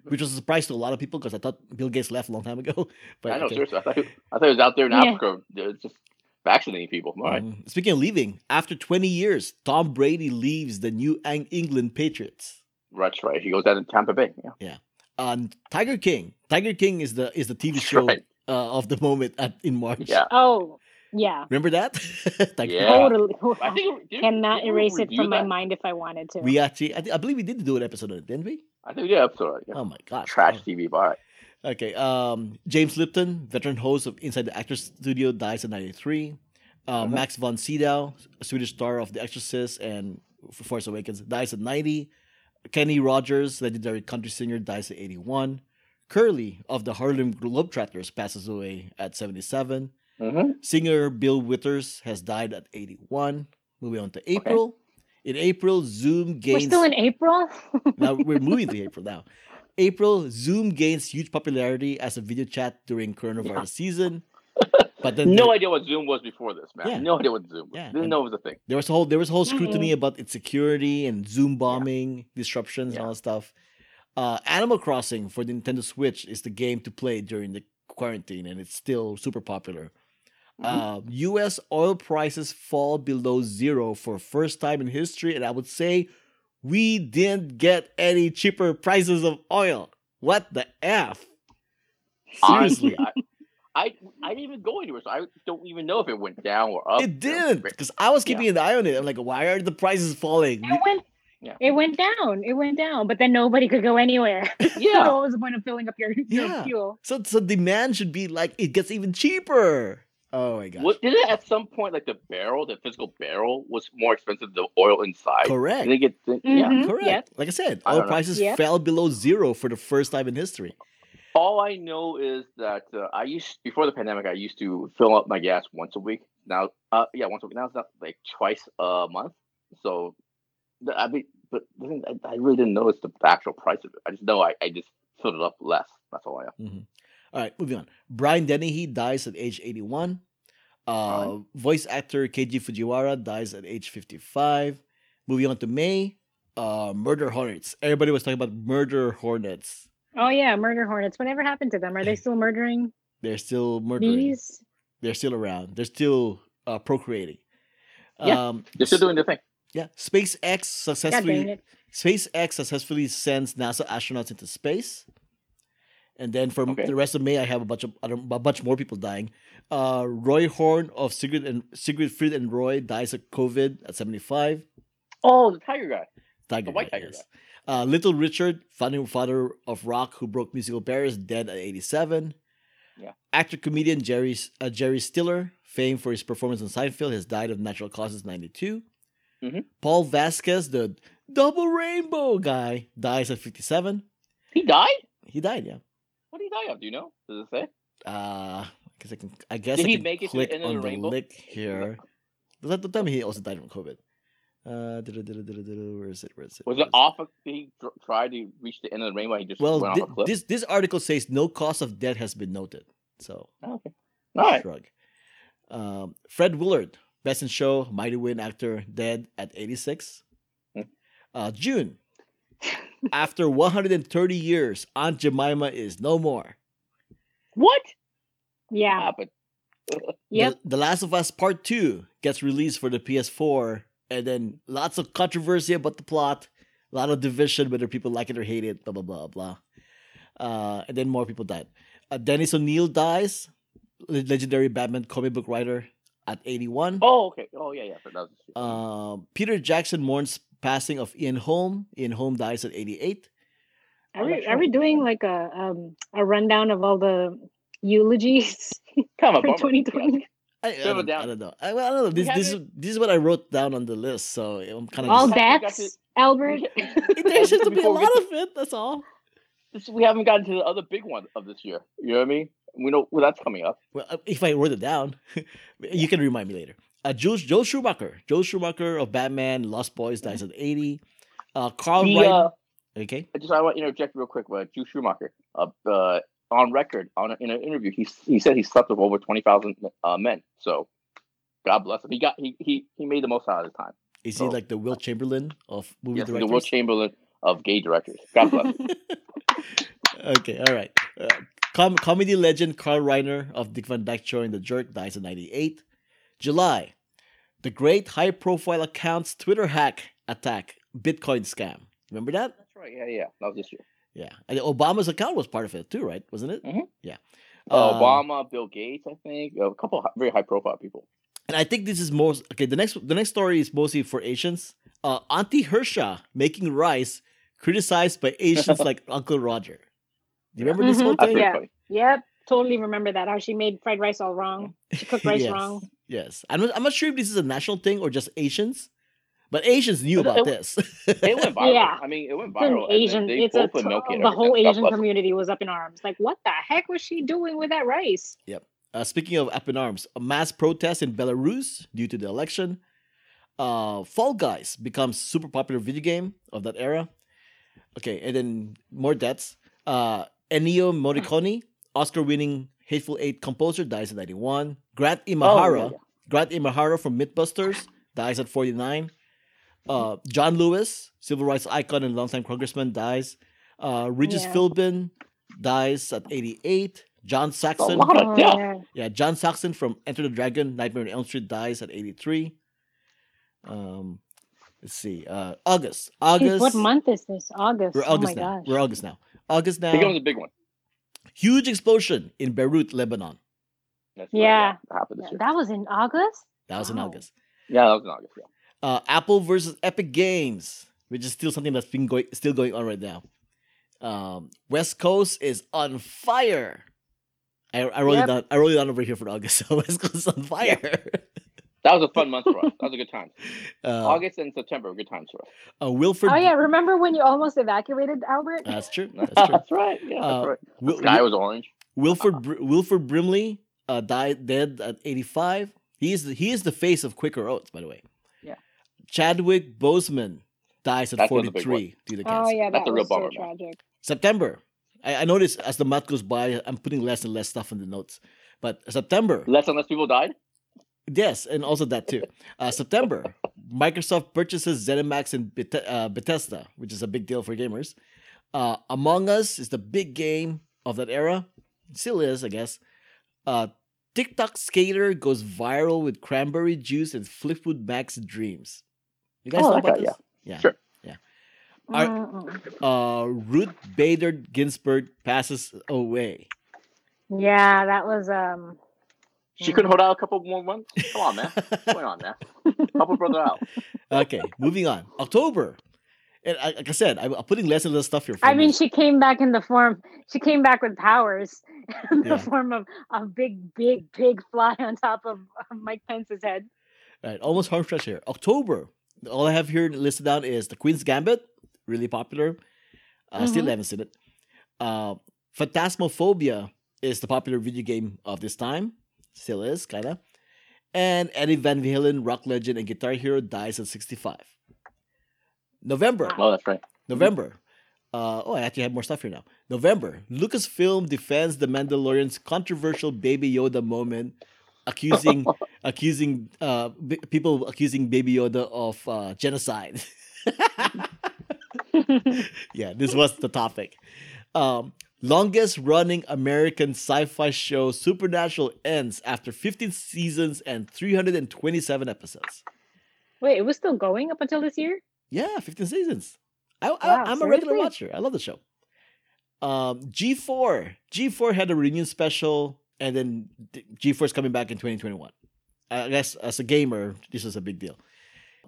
S1: which was a surprise to a lot of people because I thought Bill Gates left a long time ago. <laughs> But
S3: I know,
S1: okay.
S3: seriously. I thought, he, I thought he was out there in
S2: Yeah.
S3: Africa uh, just vaccinating people. All right.
S1: Mhm. Speaking of leaving, after 20 years, Tom Brady leaves the New Eng- England Patriots.
S3: That's right. He goes down to Tampa Bay. Yeah.
S1: on Tiger King. Tiger King is the is the TV
S3: That's
S1: show
S3: right.
S1: uh, of the moment at, in March.
S3: Yeah.
S2: Oh, yeah.
S1: remember that? <laughs> Tiger King.
S3: Yeah.
S2: Totally.
S3: I
S2: <laughs>
S3: think did-
S2: Cannot
S3: did we
S2: erase it
S3: review
S2: from my
S3: that?
S2: mind if I wanted to.
S1: We actually, I, thi- I believe we did do an episode on it, didn't we?
S3: I think we did an episode. Yeah.
S1: Oh my god,
S3: Trash TV. All right.
S1: Okay, um, James Lipton, veteran host of Inside the Actors Studio, dies at ninety three. Uh,
S3: Uh-huh.
S1: Max von Sydow, Swedish star of The Exorcist and F- Force Awakens, dies at ninety. Kenny Rogers, legendary country singer, dies at eighty one. Curly of the Harlem Globetrotters passes away at seventy seven.
S3: hmm
S1: Singer Bill Withers has died at 81. Moving on to April. In April, Zoom
S2: We're
S1: gains.
S2: still in
S3: <laughs>
S2: April.
S1: <laughs> now
S2: <laughs>
S1: we're moving to April now. April, Zoom gains huge popularity as a video chat during coronavirus
S3: Yeah.
S1: season. But
S2: <laughs>
S1: then
S3: No
S1: there,
S3: idea what Zoom was before this, man.
S1: Yeah.
S3: No idea what Zoom was.
S1: Yeah,
S3: Didn't
S1: and-
S3: know it was a thing.
S1: there was a whole there was a whole scrutiny about its security and Zoom bombing, disruptions,
S3: Yeah.
S1: and all that stuff. Uh, Animal Crossing for the Nintendo Switch is the game to play during the quarantine, and it's still super popular. Uh, U.S. oil prices fall below zero for first time in history, and I would say we didn't get any cheaper prices of oil. What the f?
S3: Honestly, <laughs>
S1: Seriously,
S3: I, I I didn't even go anywhere, so I don't even know if it went down or up.
S1: it didn't <laughs> because I was keeping an eye on it. I'm like, why are the prices falling?
S2: It went.
S3: Yeah.
S2: It went down. It went down, but then nobody could go anywhere. <laughs>
S3: Yeah.
S1: Oh,
S2: so what was the point of filling up your, <laughs> your
S1: Yeah.
S2: fuel?
S1: So, so demand should be like it gets even cheaper. Oh my gosh!
S3: What, did it at some point like the barrel, the physical barrel, was more expensive than the oil inside?
S1: Correct.
S3: Did it get thin- yeah.
S2: Mhm,
S1: Correct.
S2: Yes.
S1: Like I said,
S3: I
S1: oil
S3: don't know.
S1: prices
S2: Yep.
S1: fell below zero for the first time in history.
S3: All I know is that uh, I used before the pandemic, I used to fill up my gas once a week. Now, uh, yeah, once a week. Now it's not like twice a month. So, the- I mean, but the thing- I, I really didn't notice the actual price of it. I just know I, I just filled it up less. That's all I know.
S1: Mm-hmm. All right, moving on. Brian Dennehy dies at age 81. Uh, voice actor Keiji Fujiwara dies at age 55. Moving on to May, uh, Murder Hornets. Everybody was talking about Murder Hornets.
S2: Oh yeah, murder hornets. Whatever happened to them? Are they still murdering
S1: They're still murdering.
S2: bees?
S1: They're still around. They're still uh, procreating.
S3: Yeah,
S1: Um,
S3: They're still doing their thing.
S1: yeah. SpaceX
S2: God
S1: successfully
S2: dang it!
S1: SpaceX successfully sends NASA astronauts into space. And then for
S3: Okay.
S1: the rest of May, I have a bunch of other, a bunch more people dying. Uh, Roy Horn of Sigrid and Sigrid Fried and Roy dies of COVID at seventy five.
S3: Oh, the tiger guy.
S1: Tiger,
S3: The White
S1: Guy,
S3: Tiger
S1: yes. Uh, Little Richard, founding father of rock, who broke musical barriers, dead at eighty seven.
S3: Yeah.
S1: Actor comedian Jerry uh, Jerry Stiller, famed for his performance on Seinfeld, has died of natural causes ninety
S3: Mhm.
S1: Paul Vasquez, the double rainbow guy, dies at fifty seven.
S3: He died.
S1: He died, yeah.
S3: What did he die of? Do you know? Does it say?
S1: Uh, I guess I can. I guess
S3: Did
S1: I
S3: he
S1: can
S3: make it to the
S1: click
S3: end of
S1: on
S3: the rainbow?
S1: link here. Does that tell me he also died from COVID? Uh, da-da-da-da-da-da, where is it? Where is it?
S3: Was
S1: Where
S3: it
S1: is
S3: off? Of, did he dr- try to reach the end of the rainbow? He just
S1: Well,
S3: went off a
S1: thi-
S3: cliff.
S1: this this article says no cause of death has been noted. So
S3: Oh, okay. All right.
S1: shrug. Um, Fred Willard, Best in Show, Mighty Win actor, dead at 86.
S3: Hmm.
S1: Uh, June. After 130 years, Aunt Jemima is no more.
S3: What
S2: Yeah.
S3: happened? <laughs>
S2: Yep.
S1: The, the Last of Us Part 2 gets released for the PS4, and then lots of controversy about the plot, a lot of division, whether people like it or hate it, blah, blah, blah, blah. Uh, and then more people died. Uh, Dennis O'Neill dies, le- legendary Batman comic book writer, at 81.
S3: Oh, okay. Oh, yeah, yeah. But that was
S1: Uh, Peter Jackson mourns passing of Ian Holm. Ian Holm dies at 88.
S2: Are
S3: I'm
S2: we
S3: not sure.
S2: are we doing like a um a rundown of all the eulogies
S3: kind of <laughs>
S2: for
S3: a bummer.
S2: twenty twenty?
S1: I, I,
S3: Settle
S1: don't,
S3: down.
S1: I don't know. I, well, I don't know. This,
S3: have
S1: this, is, this is what I wrote down on the list, so I'm kind of
S2: <laughs> All
S3: <laughs>
S1: just,
S3: that- I got
S2: deaths,
S3: <laughs>
S2: Albert. <laughs>
S1: there seems to be a
S3: Before we
S1: lot
S3: get
S1: of it. That's all.
S3: This- we haven't gotten to the other big one of this year. You know what I mean? We know well, that's coming up.
S1: Well, uh, if I wrote it down, <laughs> you can remind me later. Uh, Joe, Joe Schumacher, Joe Schumacher of Batman, Lost Boys dies at 80. Uh, Carl
S3: The,
S1: Reiner,
S3: uh,
S1: okay,
S3: I just I want to interject real quick. Uh, Drew Schumacher, uh, uh, on record, on a, in an interview, he s- he said he slept with over twenty thousand uh, men. So, God bless him. He got he he he made the most out of his time.
S1: is he
S3: oh.
S1: like the Will Chamberlain of movie
S3: Yes, the
S1: directors?
S3: Will Chamberlain of gay directors. God
S1: <laughs>
S3: bless. him.
S1: okay, all right. Uh, com- comedy legend Carl Reiner of Dick Van Dyke Show and The Jerk dies at 98. July, the great high profile account's Twitter hack attack, Bitcoin scam. Remember that?
S3: That's right. Yeah, yeah. That was this year.
S1: Yeah. And Obama's account was part of it too, right? Wasn't it?
S3: Mhm.
S1: Yeah.
S3: Uh,
S1: <laughs> Um,
S3: Obama, Bill Gates, I think a couple of hi- very high profile people.
S1: And I think this is most okay. The next the next story is mostly for Asians. Uh, Auntie Hersha making rice criticized by Asians like Uncle Roger. Do you remember this
S2: Mhm.
S1: whole
S3: That's
S1: thing?
S3: pretty
S2: Yeah.
S3: funny.
S2: Yep. Totally remember that. How she made fried rice all wrong. She cooked rice
S3: <laughs>
S1: yes.
S2: wrong.
S1: Yes, I'm not, I'm not sure if this is a national thing or just Asians, but Asians knew about
S3: It-
S1: this.
S3: It went viral.
S2: Yeah.
S3: I mean, it went
S2: It's an
S3: viral. and then
S2: Asian.
S3: they
S2: It's a
S3: both were
S2: to-
S3: milking
S2: the
S3: everything.
S2: whole
S3: God
S2: Asian
S3: bless them.
S2: community was up in arms. Like, what the heck was she doing with that rice?
S1: Uh, speaking of up in arms, a mass protest in Belarus due to the election. Uh, Fall Guys becomes super popular video game of that era. Okay, and then more deaths. Uh, Ennio Morricone,
S3: Hmm.
S1: Oscar-winning Hateful Eight composer, dies at 91. Grant Imahara,
S3: Oh, yeah, yeah.
S1: Grant Imahara from MythBusters, dies at 49. Uh, John Lewis, civil rights icon and longtime congressman, dies. Uh, Regis
S2: Yeah.
S1: Philbin dies at 88. John Saxon,
S3: lot of death.
S2: yeah.
S1: yeah, John Saxon from Enter the Dragon, Nightmare on Elm Street dies at 83. Um, let's see. Uh, August.
S2: Jeez,
S1: August.
S2: What month is this? August.
S1: We're August
S2: oh my
S1: now.
S2: gosh.
S1: We're August now. August now.
S3: Here comes a big one.
S1: Huge explosion in Beirut, Lebanon.
S3: That's
S2: Yeah.
S3: That happened this year.
S2: That was in August.
S1: That was in
S2: Wow.
S1: August.
S3: yeah, that was in August. Yeah.
S1: Uh, Apple versus Epic Games, which is still something that's been going still going on right now. Um, West Coast is on fire. I, I rolled
S2: Yep.
S1: it down. I rolled it down over here for August. <laughs> So West Coast is on fire. <laughs>
S3: That was a fun month for us. That was a good time.
S1: Uh,
S3: August and September were good times
S1: <laughs>
S3: for us.
S1: uh, Wilford.
S2: Oh yeah, remember when you almost evacuated Albert?
S1: That's true. That's
S3: That's,
S1: true.
S3: right. Yeah,
S1: Uh,
S3: that's right.
S1: Wil-
S3: Sky
S1: Wil-
S3: was orange.
S1: Wilford Br- Wilford Brimley uh, died dead at 85. He is the, he is the face of Quaker Oats, by the way.
S3: Yeah.
S1: Chadwick Boseman dies at
S3: That's another big
S1: 43 due to cancer.
S2: oh yeah,
S3: That's
S2: that
S3: a real
S2: was so
S3: bummer, man.
S2: tragic.
S1: September. I, I notice as the month goes by, I'm putting less and less stuff in the notes. But September,
S3: Less and less people died.
S1: yes, and also that too. Uh, September, Microsoft purchases ZeniMax and Beth- uh, Bethesda, which is a big deal for gamers. Uh, Among Us is the big game of that era. It still is, I guess. Uh, TikTok skater goes viral with cranberry juice and Flipwood Mac's dreams. You guys
S3: Oh,
S1: know
S3: that
S1: about
S3: guy,
S1: this? Yeah.
S3: Sure.
S1: Are-
S2: Mm-mm.
S1: Uh, Ruth Bader Ginsburg passes away.
S2: Yeah, that was um.
S3: She couldn't hold out a couple more months. Come on, man.
S1: <laughs>
S3: What's going on, man? Help her brother
S2: <laughs>
S3: out.
S1: okay, moving on. October. And I, like I said, I, I'm putting less and less stuff here. For
S2: I mean,
S1: you.
S2: she came back in the form. She came back with powers <laughs> in the
S1: Yeah.
S2: form of a big, big, big fly on top of of Mike Pence's head. <laughs>
S1: All right, almost home stretch here. October. All I have here listed down is The Queen's Gambit, really popular. Uh, Still
S2: Mhm.
S1: haven't seen it. Uh, Phantasmophobia is the popular video game of this time. Still is, kind of. And Eddie Van Halen, rock legend, and guitar hero dies at 65. November.
S2: Wow.
S3: Oh, that's right.
S1: November. Uh, oh, I actually have more stuff here now. November. Lucasfilm defends the Mandalorian's controversial Baby Yoda moment, accusing accusing uh, b- people accusing Baby Yoda of uh, genocide. <laughs> yeah, this was the topic. Um, longest running American sci-fi show Supernatural ends after 15 seasons and 327 episodes.
S2: Wait, it was still going up until this year.
S1: Yeah, 15 seasons. I,
S2: Wow,
S1: I, I'm a regular
S2: seriously?
S1: watcher. I love the show. Um, G4. G4 had a reunion special, and then th- G4 is coming back in 2021. I guess as a gamer, this was a big deal.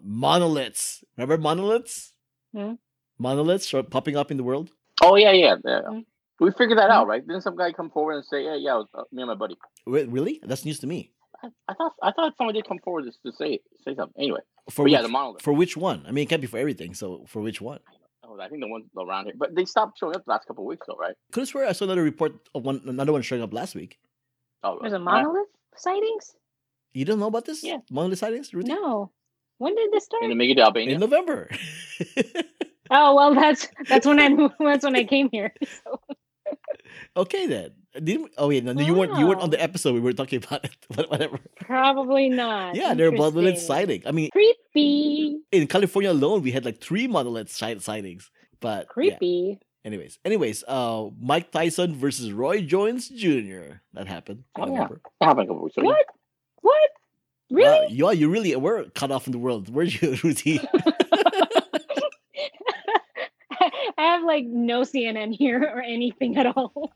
S1: Monoliths. Remember monoliths?
S2: Hmm.
S1: Monoliths are popping up in the world.
S3: Oh yeah, yeah. yeah.
S2: Mhm.
S3: We figured that out, right? Didn't some guy come forward and say, "Yeah, yeah, it was, uh, me and my buddy."
S1: Wait, really? That's news to me.
S3: I, I thought I thought someone did come forward to, to say say something. Anyway,
S1: For
S3: but
S1: which,
S3: yeah, the monolith.
S1: for which one? I mean, it can't be for everything. So for which one?
S3: oh, I think the ones around here, but they stopped showing up the last couple of weeks, though, right?
S1: Couldn't swear I saw another report of one, another one showing up last week.
S3: Oh,
S2: There's a
S3: right.
S2: monolith sightings.
S1: You don't know about this?
S3: Yeah.
S1: Monolith sightings, Rudy?
S2: No, when did this
S3: And
S2: start?
S3: then make it to Albania.
S1: In November.
S2: Oh well, that's that's when I <laughs> knew- that's when I came here. <laughs> So.
S1: Okay then. Didn't we- oh yeah, no, no, you weren't you weren't on
S2: Wow.
S1: the episode we were talking about it. <laughs> But whatever.
S2: Probably not.
S1: Yeah, they're monolith
S2: Interesting.
S1: sighting. I mean,
S2: Creepy,
S1: in California alone, we had like three monolith si- sightings. But yeah.
S2: creepy.
S1: Anyways, anyways, uh, Mike Tyson versus Roy Jones Jr. That happened. in
S3: Oh, yeah.
S1: November.
S3: That happened a couple of weeks ago.
S2: What? What?
S1: Wow,
S2: Really?
S1: yeah, Uh, you really were cut off in the world, weren't <laughs> you, Rudy?
S2: <laughs> I have like no CNN here or anything at
S1: <laughs>
S2: all.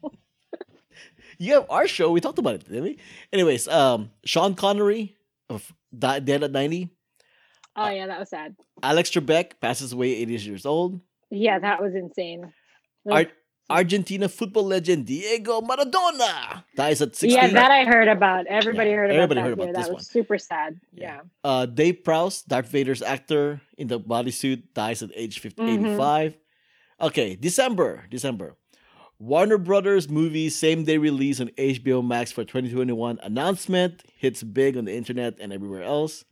S1: you have our show. We talked about it, didn't we? Anyways, um, Sean Connery of, died dead at ninety.
S2: Oh yeah, that was sad.
S1: Alex Trebek passes away, eighty years old.
S2: Yeah, that was insane.
S1: Ar- Argentina football legend Diego Maradona dies at 16.
S2: yeah, that I heard about. Everybody
S1: Yeah,
S2: heard about
S1: everybody
S2: that.
S1: heard about
S2: yeah,
S1: this
S2: that
S1: one.
S2: was super sad.
S1: Yeah.
S2: Yeah.
S1: uh, Dave Prowse, Darth Vader's actor in the bodysuit, dies at age 50,
S2: Mhm.
S1: 85. Okay, December, December. Warner Brothers movie, same day release on HBO Max for 2021 announcement, hits big on the internet and everywhere else.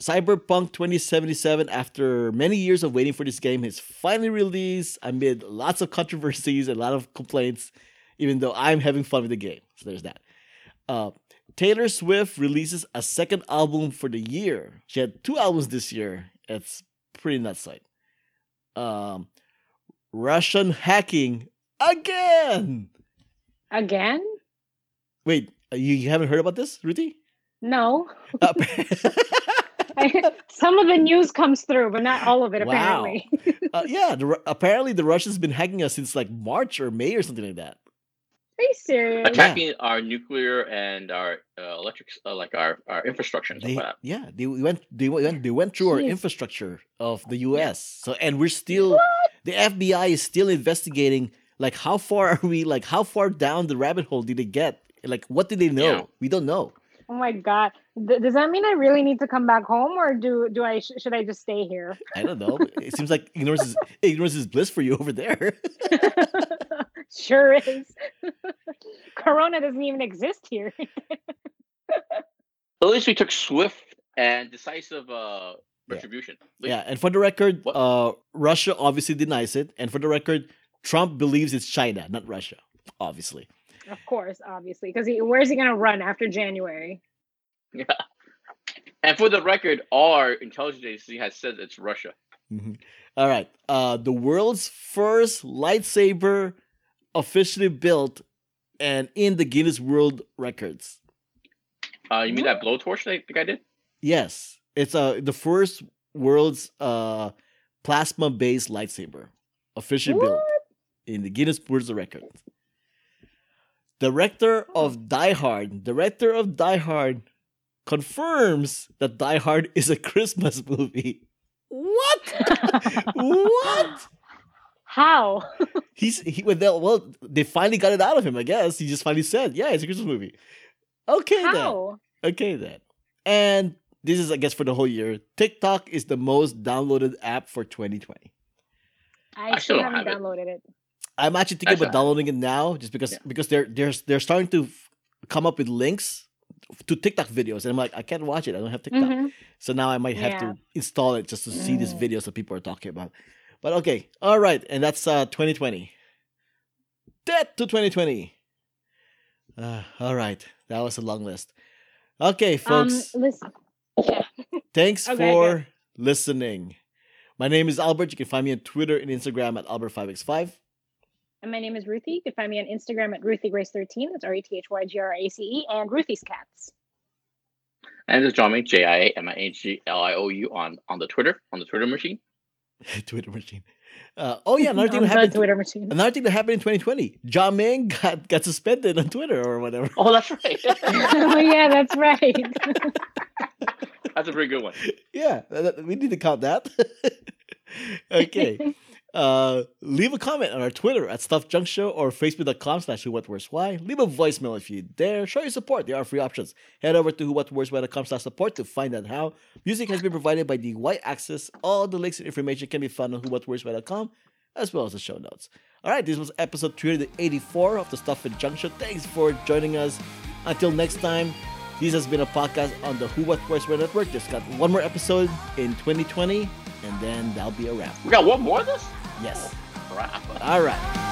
S1: Cyberpunk 2077, after many years of waiting for this game, is finally released amid lots of controversies and a lot of complaints, even though I'm having fun with the game. So there's that. Uh, Taylor Swift releases a second album for the year. She had two albums this year. It's pretty nuts. Like, um, Russian hacking again. uh,
S2: Again?
S1: Wait, you, you haven't heard about this, Ruthie?
S2: No.
S1: Appa-
S2: I, some of the news comes through, but not all of it,
S1: Wow.
S2: apparently.
S1: <laughs>
S2: <laughs>
S1: Uh, yeah, the, Ru- apparently the Russians been hacking us since like March or May or something like that.
S2: Are you serious?
S3: attacking our nuclear and our uh, electric, uh, like our, our infrastructure and stuff
S1: They,
S3: like that.
S1: yeah, they went they went they went through our
S2: Jeez.
S1: infrastructure of the U.S. So and we're still the FBI is still investigating. Like how far are we? Like how far down the rabbit hole did they get? Like what did they know?
S3: Yeah.
S1: We don't know.
S2: Oh my god! Th- does that mean I really need to come back home, or do do I sh- should I just stay
S1: <laughs>
S2: here? <laughs>
S1: I don't know. it seems like ignorance is <laughs> ignorance is bliss for you over there. <laughs>
S2: sure is. <laughs> Corona doesn't even exist here.
S3: At least we took swift and decisive uh,
S1: Yeah.
S3: retribution. Like,
S1: yeah, and for the record,
S3: What?
S1: uh, Russia obviously denies it. And for the record, Trump believes it's China, not Russia. Obviously,
S2: Of course, obviously, because where's he gonna run after January?
S3: And for the record, our intelligence agency has said it's Russia.
S1: Mhm. All right. Uh, the world's first lightsaber officially built and in the Guinness World Records.
S3: Uh, you mean that blowtorch they think I did?
S1: Yes, it's uh the first world's uh plasma based lightsaber officially built in the Guinness World Record. Director of Die Hard, director of Die Hard confirms that Die Hard is a <laughs> Christmas movie. What? what?
S2: <laughs> How?
S1: He's he well, they- well, they finally got it out of him, I guess. He just finally said, "Yeah, it's a Christmas movie." Okay then.
S2: How?
S1: Okay then. And this is, I guess, for the whole year. TikTok is the most downloaded app for 2020.
S2: I,
S3: I still
S2: still
S3: don't
S2: haven't
S3: have it.
S2: downloaded it.
S1: I'm actually thinking
S3: Actually,
S1: about downloading it now, just because
S3: Yeah.
S1: because they're they're they're starting to f- come up with links to TikTok videos, and I'm like, I can't watch it. I don't have TikTok,
S2: Mhm.
S1: so now I might have
S2: Yeah.
S1: to install it just to see these
S2: Mm.
S1: videos that people are talking about. But okay, all right, and that's uh 2020. Death to 2020. Uh, all right, that was a long list. Okay,
S2: Um,
S1: folks.
S2: listen.
S1: Thanks
S2: Okay,
S1: for listening. My name is Albert. You can find me on Twitter and Instagram at Albert5x5.
S2: And my name is Ruthie. You can find me on Instagram at RuthieGrace13. That's R E T H Y G R A C E and Ruthie's Cats.
S3: And this is John Ming, J I A M I N G L I O U on on the Twitter on the Twitter machine.
S1: <laughs> Twitter machine. Uh, oh yeah,
S2: <laughs>
S1: another thing
S2: On
S1: that
S2: the
S1: happened.
S2: Twitter machine. <laughs>
S1: Another thing that happened in 2020. John Ming got, got suspended on Twitter or whatever.
S3: Oh, that's right.
S2: oh yeah, that's right.
S3: <laughs>
S2: <laughs>
S3: that's a pretty good one.
S1: yeah, that- that- we need to count that. <laughs> okay. Uh, leave a comment on our Twitter at Stuff Junk Show or Facebook.com slash Who What Worse Why. Leave a voicemail if you dare. Show your support. There are free options. Head over to whowhatworstwhy.com slash support to find out how. Music has been provided by the Y Axis. All the links and information can be found on whowhatworstwhy.com as well as the show notes. All right, this was episode 384 of the Stuff and Junk Show. Thanks for joining us. Until next time, this has been a podcast on the Who What Worse Why Network. Just got one more episode in 2020, and then that'll be a wrap.
S3: We got one more of this.
S1: Yes.
S3: Crap.
S1: All right.